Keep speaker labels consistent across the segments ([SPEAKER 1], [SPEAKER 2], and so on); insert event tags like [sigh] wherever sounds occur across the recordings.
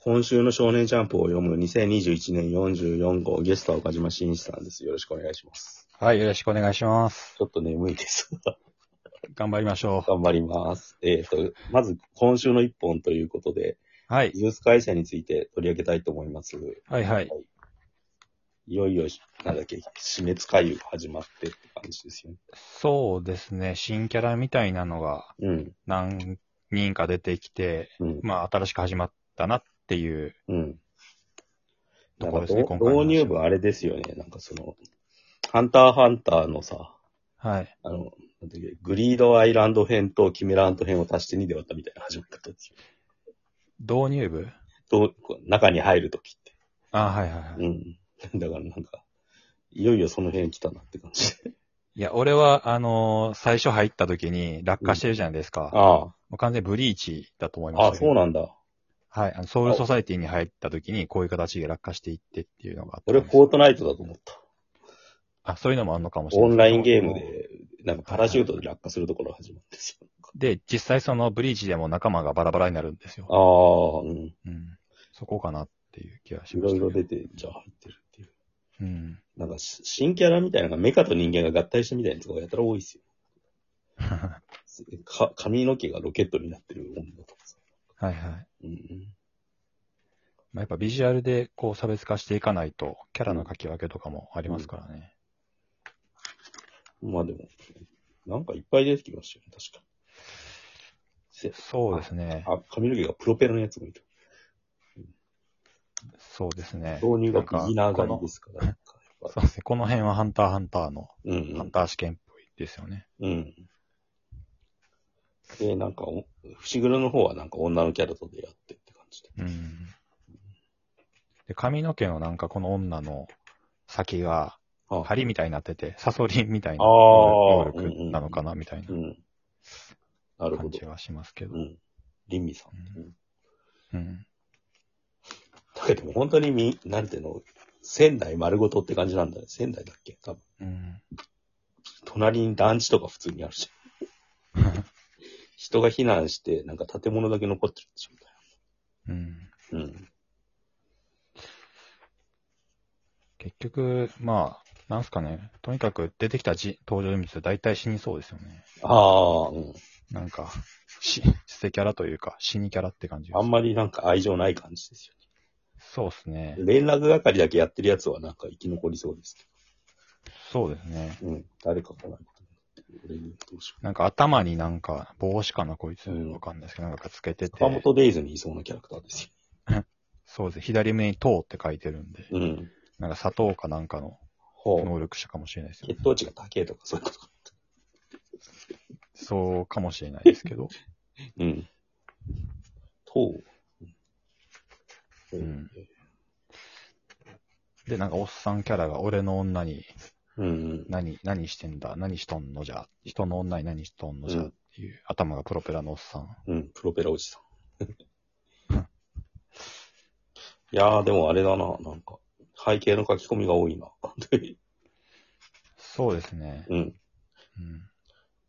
[SPEAKER 1] 今週の少年ジャンプを読む2021年44号ゲストは岡島真一さんです。よろしくお願いします。
[SPEAKER 2] はい、よろしくお願いします。
[SPEAKER 1] ちょっと眠いです。
[SPEAKER 2] 頑張りましょ
[SPEAKER 1] [laughs] 頑張ります。えっ、と、まず今週の一本ということで、
[SPEAKER 2] う。はい。
[SPEAKER 1] ニュース会社について取り上げたいと思います。
[SPEAKER 2] はいはい。
[SPEAKER 1] いよいよ、なんだっけ、死滅回遊が始まってって感じですよね。
[SPEAKER 2] そうですね、新キャラみたいなのが
[SPEAKER 1] うん、
[SPEAKER 2] 何人か出てきて、
[SPEAKER 1] うん、
[SPEAKER 2] まあ新しく始まったなっていう。
[SPEAKER 1] うん。な
[SPEAKER 2] と
[SPEAKER 1] んか
[SPEAKER 2] ころですね
[SPEAKER 1] ど
[SPEAKER 2] 今回の話は
[SPEAKER 1] 導入部あれですよね。なんかその、ハンターハンターのさ、
[SPEAKER 2] はい。
[SPEAKER 1] あの、なんだっけグリードアイランド編とキメラント編を足して2で割ったみたいな始まり方ですよ。
[SPEAKER 2] 導入部
[SPEAKER 1] どうこう中に入るときって。
[SPEAKER 2] あはいはいはい。
[SPEAKER 1] うん。だからなんか、いよいよその辺来たなって感じ。
[SPEAKER 2] いや、俺は、あのー最初入った時に落下してるじゃないです
[SPEAKER 1] [laughs]
[SPEAKER 2] か。
[SPEAKER 1] あ
[SPEAKER 2] もう完全にブリーチだと思いま
[SPEAKER 1] あ。
[SPEAKER 2] し
[SPEAKER 1] ああ、
[SPEAKER 2] たけ
[SPEAKER 1] そ
[SPEAKER 2] ど。
[SPEAKER 1] うなんだ。
[SPEAKER 2] はい。あのソウルソサイティに入った時にこういう形で落下していってっていうのがあったん
[SPEAKER 1] 俺
[SPEAKER 2] です。
[SPEAKER 1] フォートナイトだと思った。
[SPEAKER 2] あ、そういうのもあるのかもしれな
[SPEAKER 1] オ
[SPEAKER 2] い。
[SPEAKER 1] ンラインゲーム。で、なんかパラシュートで落下するところが始まるんですよ。
[SPEAKER 2] で、実際そのブリーチでも仲間がバラバラになるんですよ。
[SPEAKER 1] ああ、うん。
[SPEAKER 2] うん。そこかなっていう気がし
[SPEAKER 1] い
[SPEAKER 2] ま
[SPEAKER 1] ろい
[SPEAKER 2] した
[SPEAKER 1] ろ
[SPEAKER 2] け
[SPEAKER 1] 出
[SPEAKER 2] ど。
[SPEAKER 1] て、じゃあ入ってるっていう。
[SPEAKER 2] うん。 [laughs]
[SPEAKER 1] なんかし、新キャラみたいなのがメカと人間が合体したみたいなやつがやたら多いですよ。
[SPEAKER 2] は
[SPEAKER 1] か髪の毛がロケットになってる女とかさ。
[SPEAKER 2] いはい。
[SPEAKER 1] うんうん。
[SPEAKER 2] まあ、やっぱビジュアルでこう差別化していかないと、キャラの書き分けとかもありますからね。
[SPEAKER 1] まあでも、なんかいっぱい出てきましたよね、確か。せ
[SPEAKER 2] そうですね。
[SPEAKER 1] あ、髪の毛がプロペラのやつもいる。
[SPEAKER 2] そうですね。
[SPEAKER 1] 導入がビギナー
[SPEAKER 2] な
[SPEAKER 1] 狩り
[SPEAKER 2] んかこ
[SPEAKER 1] ですから。なんかや
[SPEAKER 2] の
[SPEAKER 1] っぱ
[SPEAKER 2] そうですね。この辺はハンターハンターの、
[SPEAKER 1] うん
[SPEAKER 2] ハンター試験っぽいですよね。
[SPEAKER 1] うん。うん。で、なんかお、伏黒の方はなんか女のキャラと出会ってって感じで。
[SPEAKER 2] うん。で、髪の毛のなんかこの女の先が、
[SPEAKER 1] あ
[SPEAKER 2] 針みたいになってて、サソリンみたいな
[SPEAKER 1] あー
[SPEAKER 2] 能力
[SPEAKER 1] うんうん
[SPEAKER 2] なのかなみたいな
[SPEAKER 1] うん。なるほ
[SPEAKER 2] 感
[SPEAKER 1] ど
[SPEAKER 2] じ。はしますけど
[SPEAKER 1] う。ん。リンミさん。
[SPEAKER 2] う
[SPEAKER 1] う
[SPEAKER 2] ん
[SPEAKER 1] ん
[SPEAKER 2] うん。
[SPEAKER 1] だけど本当にみ、なんていうの、仙台丸ごとって感じなんだね。仙台だっけ多分。
[SPEAKER 2] うん。
[SPEAKER 1] 隣に団地とか普通にあるし。人が避難して、なんか建物だけ残ってるんでしょ
[SPEAKER 2] うん。
[SPEAKER 1] みたいな。うん。
[SPEAKER 2] 結局、まあ、なんすかね。とにかく出てきたじ登場人物大体死にそうですよね。
[SPEAKER 1] ああ、うん。
[SPEAKER 2] なんか、し、捨てキャラというか、死にキャラって感じです
[SPEAKER 1] あんまりなんか愛情ない感じです
[SPEAKER 2] そうですね
[SPEAKER 1] よ。ね。連絡係だけやってるやつはなんか生き残りそうです
[SPEAKER 2] そうですね。
[SPEAKER 1] けど。うん。誰か来ないことになって俺にどうしよ
[SPEAKER 2] なんか頭になんか、帽子かな、こいつ。
[SPEAKER 1] うん
[SPEAKER 2] わかんないですけど、なんかつけて
[SPEAKER 1] う。
[SPEAKER 2] て
[SPEAKER 1] 坂。本デイズにいそうなキャラクターですよ。
[SPEAKER 2] そうです。左目に糖って書いてるんで、
[SPEAKER 1] うん。
[SPEAKER 2] なんか砂糖かなんかの
[SPEAKER 1] ほう。
[SPEAKER 2] 能力者かもしれないですよ
[SPEAKER 1] 血。糖値が高いとかそういうことか。
[SPEAKER 2] そうかもしれないですけど。
[SPEAKER 1] うん。糖。う
[SPEAKER 2] うん。で、なんかおっさんキャラが俺の女に
[SPEAKER 1] うん。
[SPEAKER 2] 何、何してんだ何しとんのじゃ人の女に何しとんのじゃ
[SPEAKER 1] うん
[SPEAKER 2] っていう、頭がプロペラのおっさん。
[SPEAKER 1] うん、プロペラおじさん。いやー、でもあれだな、なんか、背景の書き込みが多いな。
[SPEAKER 2] そうですね。
[SPEAKER 1] うん。
[SPEAKER 2] うん。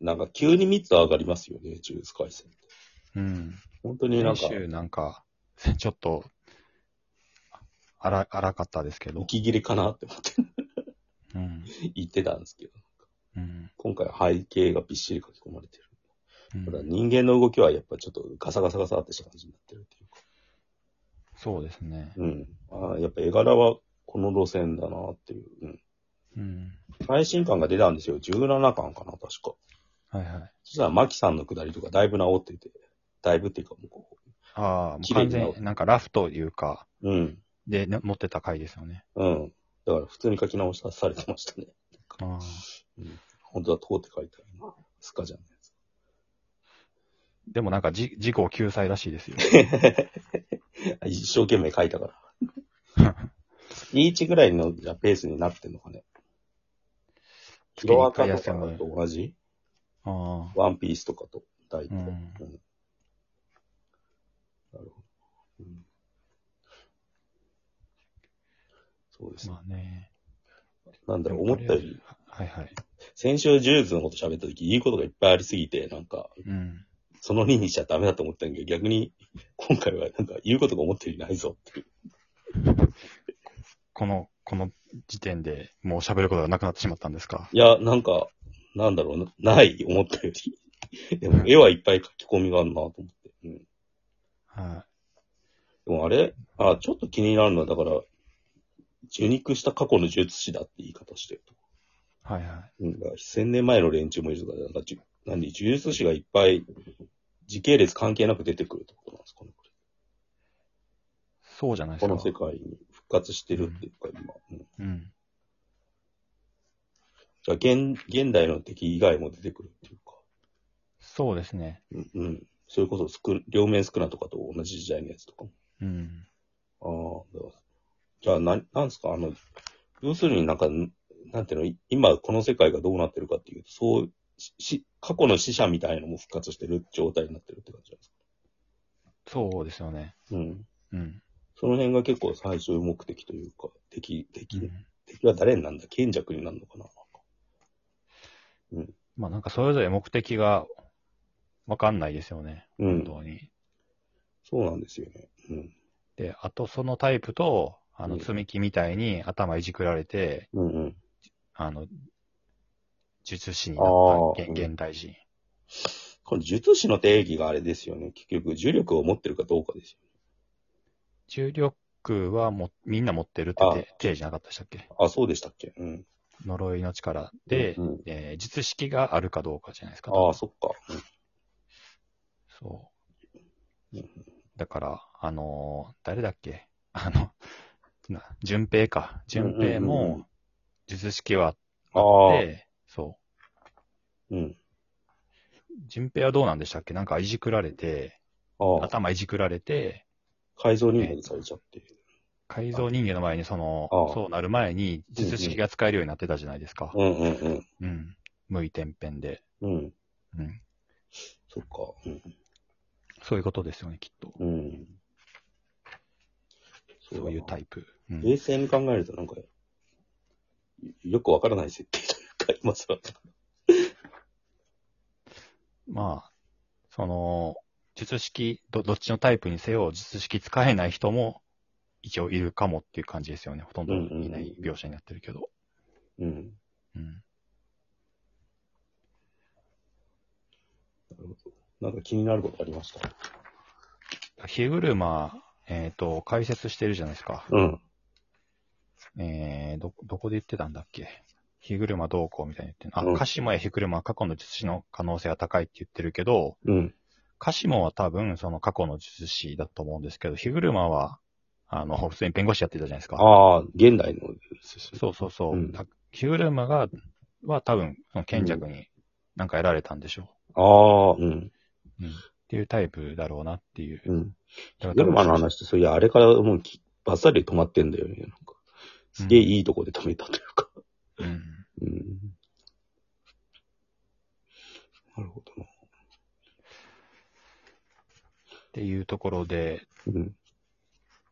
[SPEAKER 1] なんか、急に密度上がりますよね、ジュース回線って。
[SPEAKER 2] うん。
[SPEAKER 1] 本当になん
[SPEAKER 2] 先
[SPEAKER 1] か、
[SPEAKER 2] 週なんか、 [laughs] ちょっと、荒、荒かったですけど。
[SPEAKER 1] 息切れかなって思って
[SPEAKER 2] うん。
[SPEAKER 1] [laughs] 言ってたんですけど、
[SPEAKER 2] うん。
[SPEAKER 1] 今回は背景がびっしり書き込まれてる。
[SPEAKER 2] う
[SPEAKER 1] ただ
[SPEAKER 2] ん、
[SPEAKER 1] 人間の動きはやっぱちょっとガサガサガサってした感じになってるっていうか。
[SPEAKER 2] そうですね。
[SPEAKER 1] うん。あーやっぱ絵柄はこの路線だなっていう。うん。
[SPEAKER 2] うん。
[SPEAKER 1] 最新巻が出たんですよ。17巻かな、確か。
[SPEAKER 2] はいはい。
[SPEAKER 1] そしたら、マキさんの下りとかだいぶ治ってて、だいぶっていうかもうこ
[SPEAKER 2] ああ、もう
[SPEAKER 1] 綺麗
[SPEAKER 2] 完
[SPEAKER 1] に
[SPEAKER 2] 全になんかラフというか、
[SPEAKER 1] う、うん、
[SPEAKER 2] で、ね、持ってた回ですよね。
[SPEAKER 1] うん。だから普通に書き直しされてましたね。 [laughs]
[SPEAKER 2] ああ。
[SPEAKER 1] 本当だ、とうって書いてあるな。スカジャンのやつ。
[SPEAKER 2] でもなんかじ、事故救済らしい
[SPEAKER 1] [laughs]
[SPEAKER 2] ですよ。
[SPEAKER 1] 一生懸命書いたから。E1 ぐらいのじゃあペースになってんのかね。ヒロアカとかと同じ
[SPEAKER 2] ああ。
[SPEAKER 1] ワンピースとかと大体。
[SPEAKER 2] うん
[SPEAKER 1] なるほど。うんそうですね。
[SPEAKER 2] まあね。
[SPEAKER 1] なんだろう、思ったより、
[SPEAKER 2] はいはい。
[SPEAKER 1] 先週ジューズのこと喋った時、いいことがいっぱいありすぎて、なんか、
[SPEAKER 2] うん。
[SPEAKER 1] その2にしちゃダメだと思ったんだけど、逆に、今回はなんか言うことが思ったよりないぞっていう。
[SPEAKER 2] この、この時点でもう喋ることがなくなってしまったんですか。
[SPEAKER 1] いや、なんか、なんだろうな、ない、思ったより。でも、絵はいっぱい書き込みがあるなと思って。うん、で
[SPEAKER 2] は
[SPEAKER 1] もあれあ、ちょっと気になるのは、だから、受肉した過去の術師だって言い方してると。
[SPEAKER 2] い。はいはい。
[SPEAKER 1] うん、だから1000年前の連中もいるとか、だからじゅ、何、呪術師がいっぱい、時系列関係なく出てくるってことなんですかね、これ
[SPEAKER 2] そうじゃないで
[SPEAKER 1] こ
[SPEAKER 2] す
[SPEAKER 1] の
[SPEAKER 2] か
[SPEAKER 1] 世。界に復活してるっていうか、今。うん
[SPEAKER 2] うん。
[SPEAKER 1] だから現、現代の敵以外も出てくるっていうか。
[SPEAKER 2] そうですね。
[SPEAKER 1] うん、うん。それこそスク、両面スクナとかと同じ時代のやつとか
[SPEAKER 2] うん。
[SPEAKER 1] も。ああ、だからじゃあ、なん、なんですかあの、要するになんか、なんていうの、い今この世界がどうなってるかっていうと、そう、しし、過去の死者みたいのも復活してる状態になってるって感じなんですか
[SPEAKER 2] そうですよね。
[SPEAKER 1] うん。
[SPEAKER 2] うん。
[SPEAKER 1] その辺が結構最終目的というか、敵、
[SPEAKER 2] う
[SPEAKER 1] 敵、
[SPEAKER 2] ん、
[SPEAKER 1] 敵は誰になんだ賢弱になるのかな
[SPEAKER 2] まあなんかそれぞれ目的がわかんないですよね。
[SPEAKER 1] う
[SPEAKER 2] 本
[SPEAKER 1] ん。
[SPEAKER 2] 当に。
[SPEAKER 1] そうなんですよね。うん。
[SPEAKER 2] で、あとそのタイプと、あ
[SPEAKER 1] う
[SPEAKER 2] の
[SPEAKER 1] ん
[SPEAKER 2] 積み木みたいに頭いじくられて、
[SPEAKER 1] うんうん。
[SPEAKER 2] あの、術師にな
[SPEAKER 1] あ
[SPEAKER 2] った
[SPEAKER 1] ー
[SPEAKER 2] 現現代人。
[SPEAKER 1] この術師の定義があれですよね。結局、重力を持ってるかどうかですよ
[SPEAKER 2] 重力はもうみんな持ってる
[SPEAKER 1] あ
[SPEAKER 2] って定義じゃなかったでしたっけ
[SPEAKER 1] ね。あ、そうでしたっけうん。
[SPEAKER 2] 呪いの力で、
[SPEAKER 1] うん、
[SPEAKER 2] えー術式があるかどうかじゃないですか。
[SPEAKER 1] ああ、そっか。
[SPEAKER 2] そう
[SPEAKER 1] うん。
[SPEAKER 2] だから、あのー誰だっけ [laughs] あの、な、順平か。順平
[SPEAKER 1] うんうんうん
[SPEAKER 2] も、術式は
[SPEAKER 1] あ
[SPEAKER 2] あっ
[SPEAKER 1] あ、
[SPEAKER 2] て、そ
[SPEAKER 1] うん。
[SPEAKER 2] う。順平はどうなんでしたっけなんかいじくられて、
[SPEAKER 1] ああ、
[SPEAKER 2] 頭いじくられて、
[SPEAKER 1] 改造人間にされちゃって。
[SPEAKER 2] 改造人間の前にその
[SPEAKER 1] ああ、
[SPEAKER 2] そうなる前に術式が使えるようになってたじゃないですか。
[SPEAKER 1] うんうんうん。
[SPEAKER 2] うん。無い天変で。
[SPEAKER 1] うん。
[SPEAKER 2] うん。
[SPEAKER 1] そっか。うん。
[SPEAKER 2] そういうことですよね、きっと。
[SPEAKER 1] うん、
[SPEAKER 2] そういうタ
[SPEAKER 1] イ
[SPEAKER 2] イプ。うん
[SPEAKER 1] 冷静に考えると、なんか、よくわからない設定というか、今さら。
[SPEAKER 2] まあ、その、術式ど、どっちのタイプにせよ、術式使えない人も一応いるかもっていう感じですよね。ほとんどいない描写になってるけど。
[SPEAKER 1] うん。
[SPEAKER 2] うん。
[SPEAKER 1] なるほど。なんか気になることありました。
[SPEAKER 2] ヒグルマ、えっ、と、解説してるじゃないですか。
[SPEAKER 1] うん。
[SPEAKER 2] えー、ど、どこで言ってたんだっけヒグルマどうこうみたいに言ってる
[SPEAKER 1] うん
[SPEAKER 2] あ、カシモやヒグルマは過去の術師の可能性が高いって言ってるけど、
[SPEAKER 1] うん。
[SPEAKER 2] カシモは多分その過去の術師だと思うんですけど、ヒグルマは、あの、普通に弁護士やってたじゃないですか。
[SPEAKER 1] ああ、現代のですね
[SPEAKER 2] そうそうそ
[SPEAKER 1] う
[SPEAKER 2] う。
[SPEAKER 1] ん
[SPEAKER 2] たヒグルマが、は多分、その賢弱になんかやられたんでしょ
[SPEAKER 1] ああ、うん。
[SPEAKER 2] う。うん。っていうタイプだろうなっていう。
[SPEAKER 1] うん。ヨ
[SPEAKER 2] だから多
[SPEAKER 1] ル
[SPEAKER 2] 分
[SPEAKER 1] マの話って、そういや、あれからもうき、バッサリ止まってんだよね。なんかすげえいいとこで止めたというか。
[SPEAKER 2] うん。
[SPEAKER 1] うん。なるほどな。
[SPEAKER 2] っていうところで、
[SPEAKER 1] うん。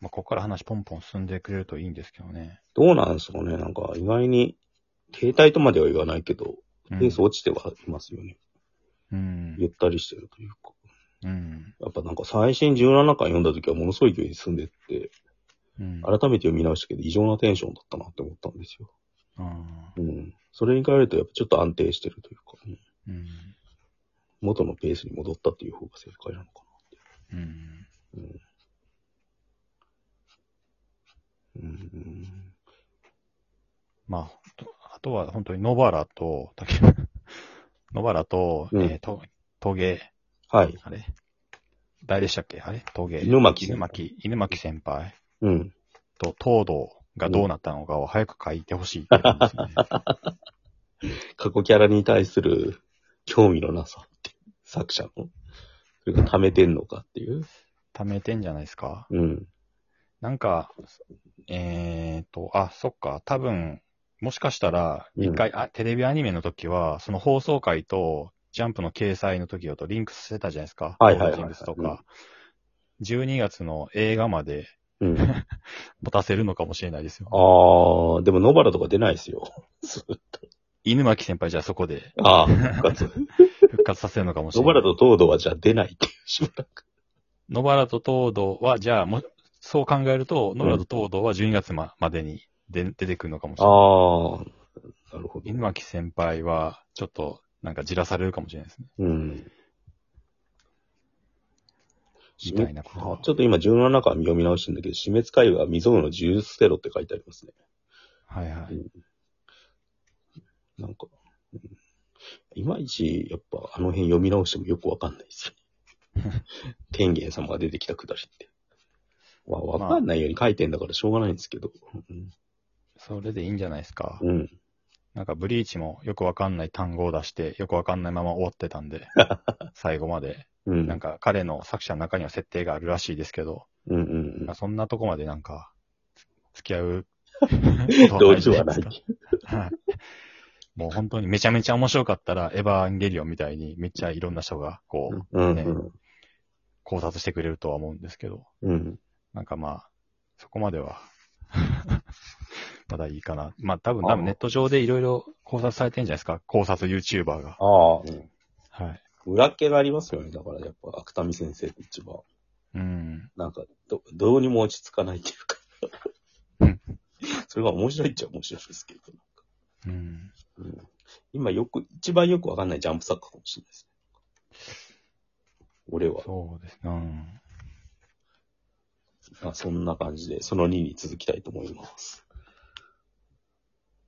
[SPEAKER 2] まあ、ここから話ポンポン進んでくれるといいんですけどね。
[SPEAKER 1] どうなんですかね。なんか、意外に、停滞とまでは言わないけど、
[SPEAKER 2] う
[SPEAKER 1] ペ
[SPEAKER 2] ん
[SPEAKER 1] ース落ちてはいますよね。
[SPEAKER 2] うん。
[SPEAKER 1] ゆったりしてるというか。
[SPEAKER 2] うん。
[SPEAKER 1] やっぱなんか最新17巻読んだ時はものすごい勢いで進んでって、
[SPEAKER 2] うん。
[SPEAKER 1] 改めて読み直したけど異常なテンションだったなって思ったんですよ。
[SPEAKER 2] うん
[SPEAKER 1] うん。それに比べるとやっぱちょっと安定してるというか、うん
[SPEAKER 2] うん。
[SPEAKER 1] 元のペースに戻ったっていう方が正解なのかな。
[SPEAKER 2] うん。
[SPEAKER 1] うん
[SPEAKER 2] まあ、とあとは本当に野原と、竹 [laughs] 野原と、
[SPEAKER 1] うん
[SPEAKER 2] えーと、陶芸、
[SPEAKER 1] はい。
[SPEAKER 2] あれ誰でしたっけあれ陶芸。
[SPEAKER 1] 犬巻
[SPEAKER 2] 犬巻、犬巻先輩。
[SPEAKER 1] うん。
[SPEAKER 2] と東堂がどうなったのかを早く書いてほしいって言うんですよ
[SPEAKER 1] [laughs]
[SPEAKER 2] ね。
[SPEAKER 1] 過去キャラに対する興味のなさっていう、作者の。それが溜めてんのかっていう。
[SPEAKER 2] 貯めてんじゃないですか。
[SPEAKER 1] うん。
[SPEAKER 2] なんか、えーと、あ、そっか、多分、もしかしたら、
[SPEAKER 1] うん
[SPEAKER 2] 一回、あ、テレビアニメの時は、その放送回と、ジャンプの掲載の時をとリンクしてたじゃないですか。
[SPEAKER 1] はいはいはいはい
[SPEAKER 2] オールジングスとか。12月の映画まで
[SPEAKER 1] うん。あ
[SPEAKER 2] 持たせるのかもしれないですよ。
[SPEAKER 1] ー、でも野原とか出ないですよ。 [laughs]
[SPEAKER 2] 犬巻先輩じゃあそこで
[SPEAKER 1] ああ、復活。
[SPEAKER 2] [laughs] 復活させるのかもし
[SPEAKER 1] 野
[SPEAKER 2] れない。
[SPEAKER 1] 原と東堂はじゃあ出ないっていう、しばらく。
[SPEAKER 2] 野原と東堂は、じゃあもう、そう考えると、野原と東堂は12月ままでにで出てくるのかもしれない。
[SPEAKER 1] ああ、なるほど。
[SPEAKER 2] 犬巻先輩は、ちょっと、なんかじらされるかもしれないですね。
[SPEAKER 1] うん。
[SPEAKER 2] みたいなこと
[SPEAKER 1] あちょっと今17巻読み直してんだけど、死滅会は未曾有の自由捨てろって書いてありますね。
[SPEAKER 2] はいは
[SPEAKER 1] う
[SPEAKER 2] い
[SPEAKER 1] ん。なんか、うんいまいち、やっぱあの辺読み直してもよくわかんないです [laughs] よ。天元様が出てきたくだりって。わ、わかんないように書いてんだからしょうがないんですけど。うん
[SPEAKER 2] それでいいんじゃないですか。
[SPEAKER 1] うん。
[SPEAKER 2] なんかブリーチもよくわかんない単語を出して、よくわかんないまま終わってた
[SPEAKER 1] [laughs]
[SPEAKER 2] んで、最後まで。
[SPEAKER 1] うん。
[SPEAKER 2] なんか彼の作者の中には設定があるらしいですけど、
[SPEAKER 1] うんうん
[SPEAKER 2] そんなとこまでなんか、つ付き合う
[SPEAKER 1] うん。同時はない。
[SPEAKER 2] はいもう本当にめちゃめちゃ面白かったら、エヴァンゲリオンみたいにめっちゃいろんな人がこう、
[SPEAKER 1] うんうん。
[SPEAKER 2] 考察してくれるとは思うんですけど、
[SPEAKER 1] うん。
[SPEAKER 2] なんかまあ、そこまでは、まだいいかな。まあ多分、多分ネット上でいろいろ考察されてんじゃないですか。考察 YouTuber が。
[SPEAKER 1] ああ、
[SPEAKER 2] はい。
[SPEAKER 1] 裏っ気がありますよね。だからやっぱ、芥見先生って一番。
[SPEAKER 2] うん。
[SPEAKER 1] なんか、ど、どうにも落ち着かないっていうか
[SPEAKER 2] うん。
[SPEAKER 1] それが面白いっちゃ面白いですけど。
[SPEAKER 2] うん。
[SPEAKER 1] うん今よく、一番よくわかんないジャンプ作家かもしれないですね。俺は、
[SPEAKER 2] そうですね。うん。
[SPEAKER 1] まあ、そんな感じで、その2に続きたいと思います。